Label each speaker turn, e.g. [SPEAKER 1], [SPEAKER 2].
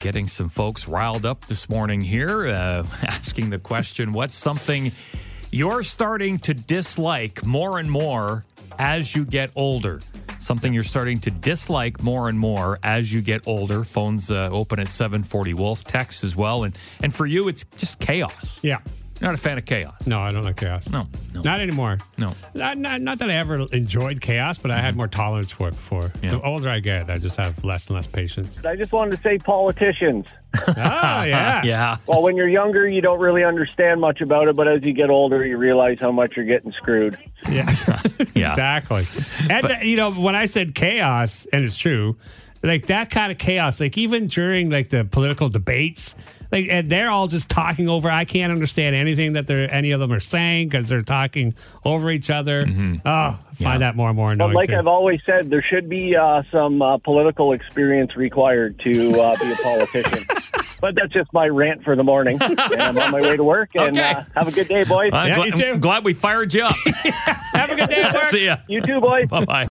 [SPEAKER 1] getting some folks riled up this morning here, uh, asking the question what's something you're starting to dislike more and more as you get older? Something you're starting to dislike more and more as you get older. Phones uh, open at 740 Wolf, text as well. And, and for you, it's just chaos.
[SPEAKER 2] Yeah.
[SPEAKER 1] You're not a fan of chaos.
[SPEAKER 2] No, I don't like chaos.
[SPEAKER 1] No, no.
[SPEAKER 2] Not anymore.
[SPEAKER 1] No. Mm-hmm.
[SPEAKER 2] Not, not, not that I ever enjoyed chaos, but I had more tolerance for it before.
[SPEAKER 1] Yeah.
[SPEAKER 2] The older I get, I just have less and less patience.
[SPEAKER 3] I just wanted to say politicians.
[SPEAKER 2] Ah, yeah.
[SPEAKER 1] Yeah.
[SPEAKER 3] Well, when you're younger, you don't really understand much about it, but as you get older, you realize how much you're getting screwed.
[SPEAKER 1] Yeah.
[SPEAKER 2] Exactly. And, uh, you know, when I said chaos, and it's true, like that kind of chaos, like even during like the political debates, like, and they're all just talking over. I can't understand anything that they're, any of them are saying because they're talking over each other.
[SPEAKER 1] Mm-hmm.
[SPEAKER 2] Oh, I find that more and more annoying.
[SPEAKER 3] But like
[SPEAKER 2] too.
[SPEAKER 3] I've always said, there should be uh, some uh, political experience required to uh, be a politician. but that's just my rant for the morning. And I'm on my way to work. And
[SPEAKER 1] Okay.
[SPEAKER 3] uh, have a good day, boys.
[SPEAKER 1] I'm
[SPEAKER 2] Yeah,
[SPEAKER 1] gla-
[SPEAKER 2] you too.
[SPEAKER 1] I'm glad we fired you up.
[SPEAKER 2] have a good day at work.
[SPEAKER 1] See ya.
[SPEAKER 3] You too, boys.
[SPEAKER 1] Bye bye.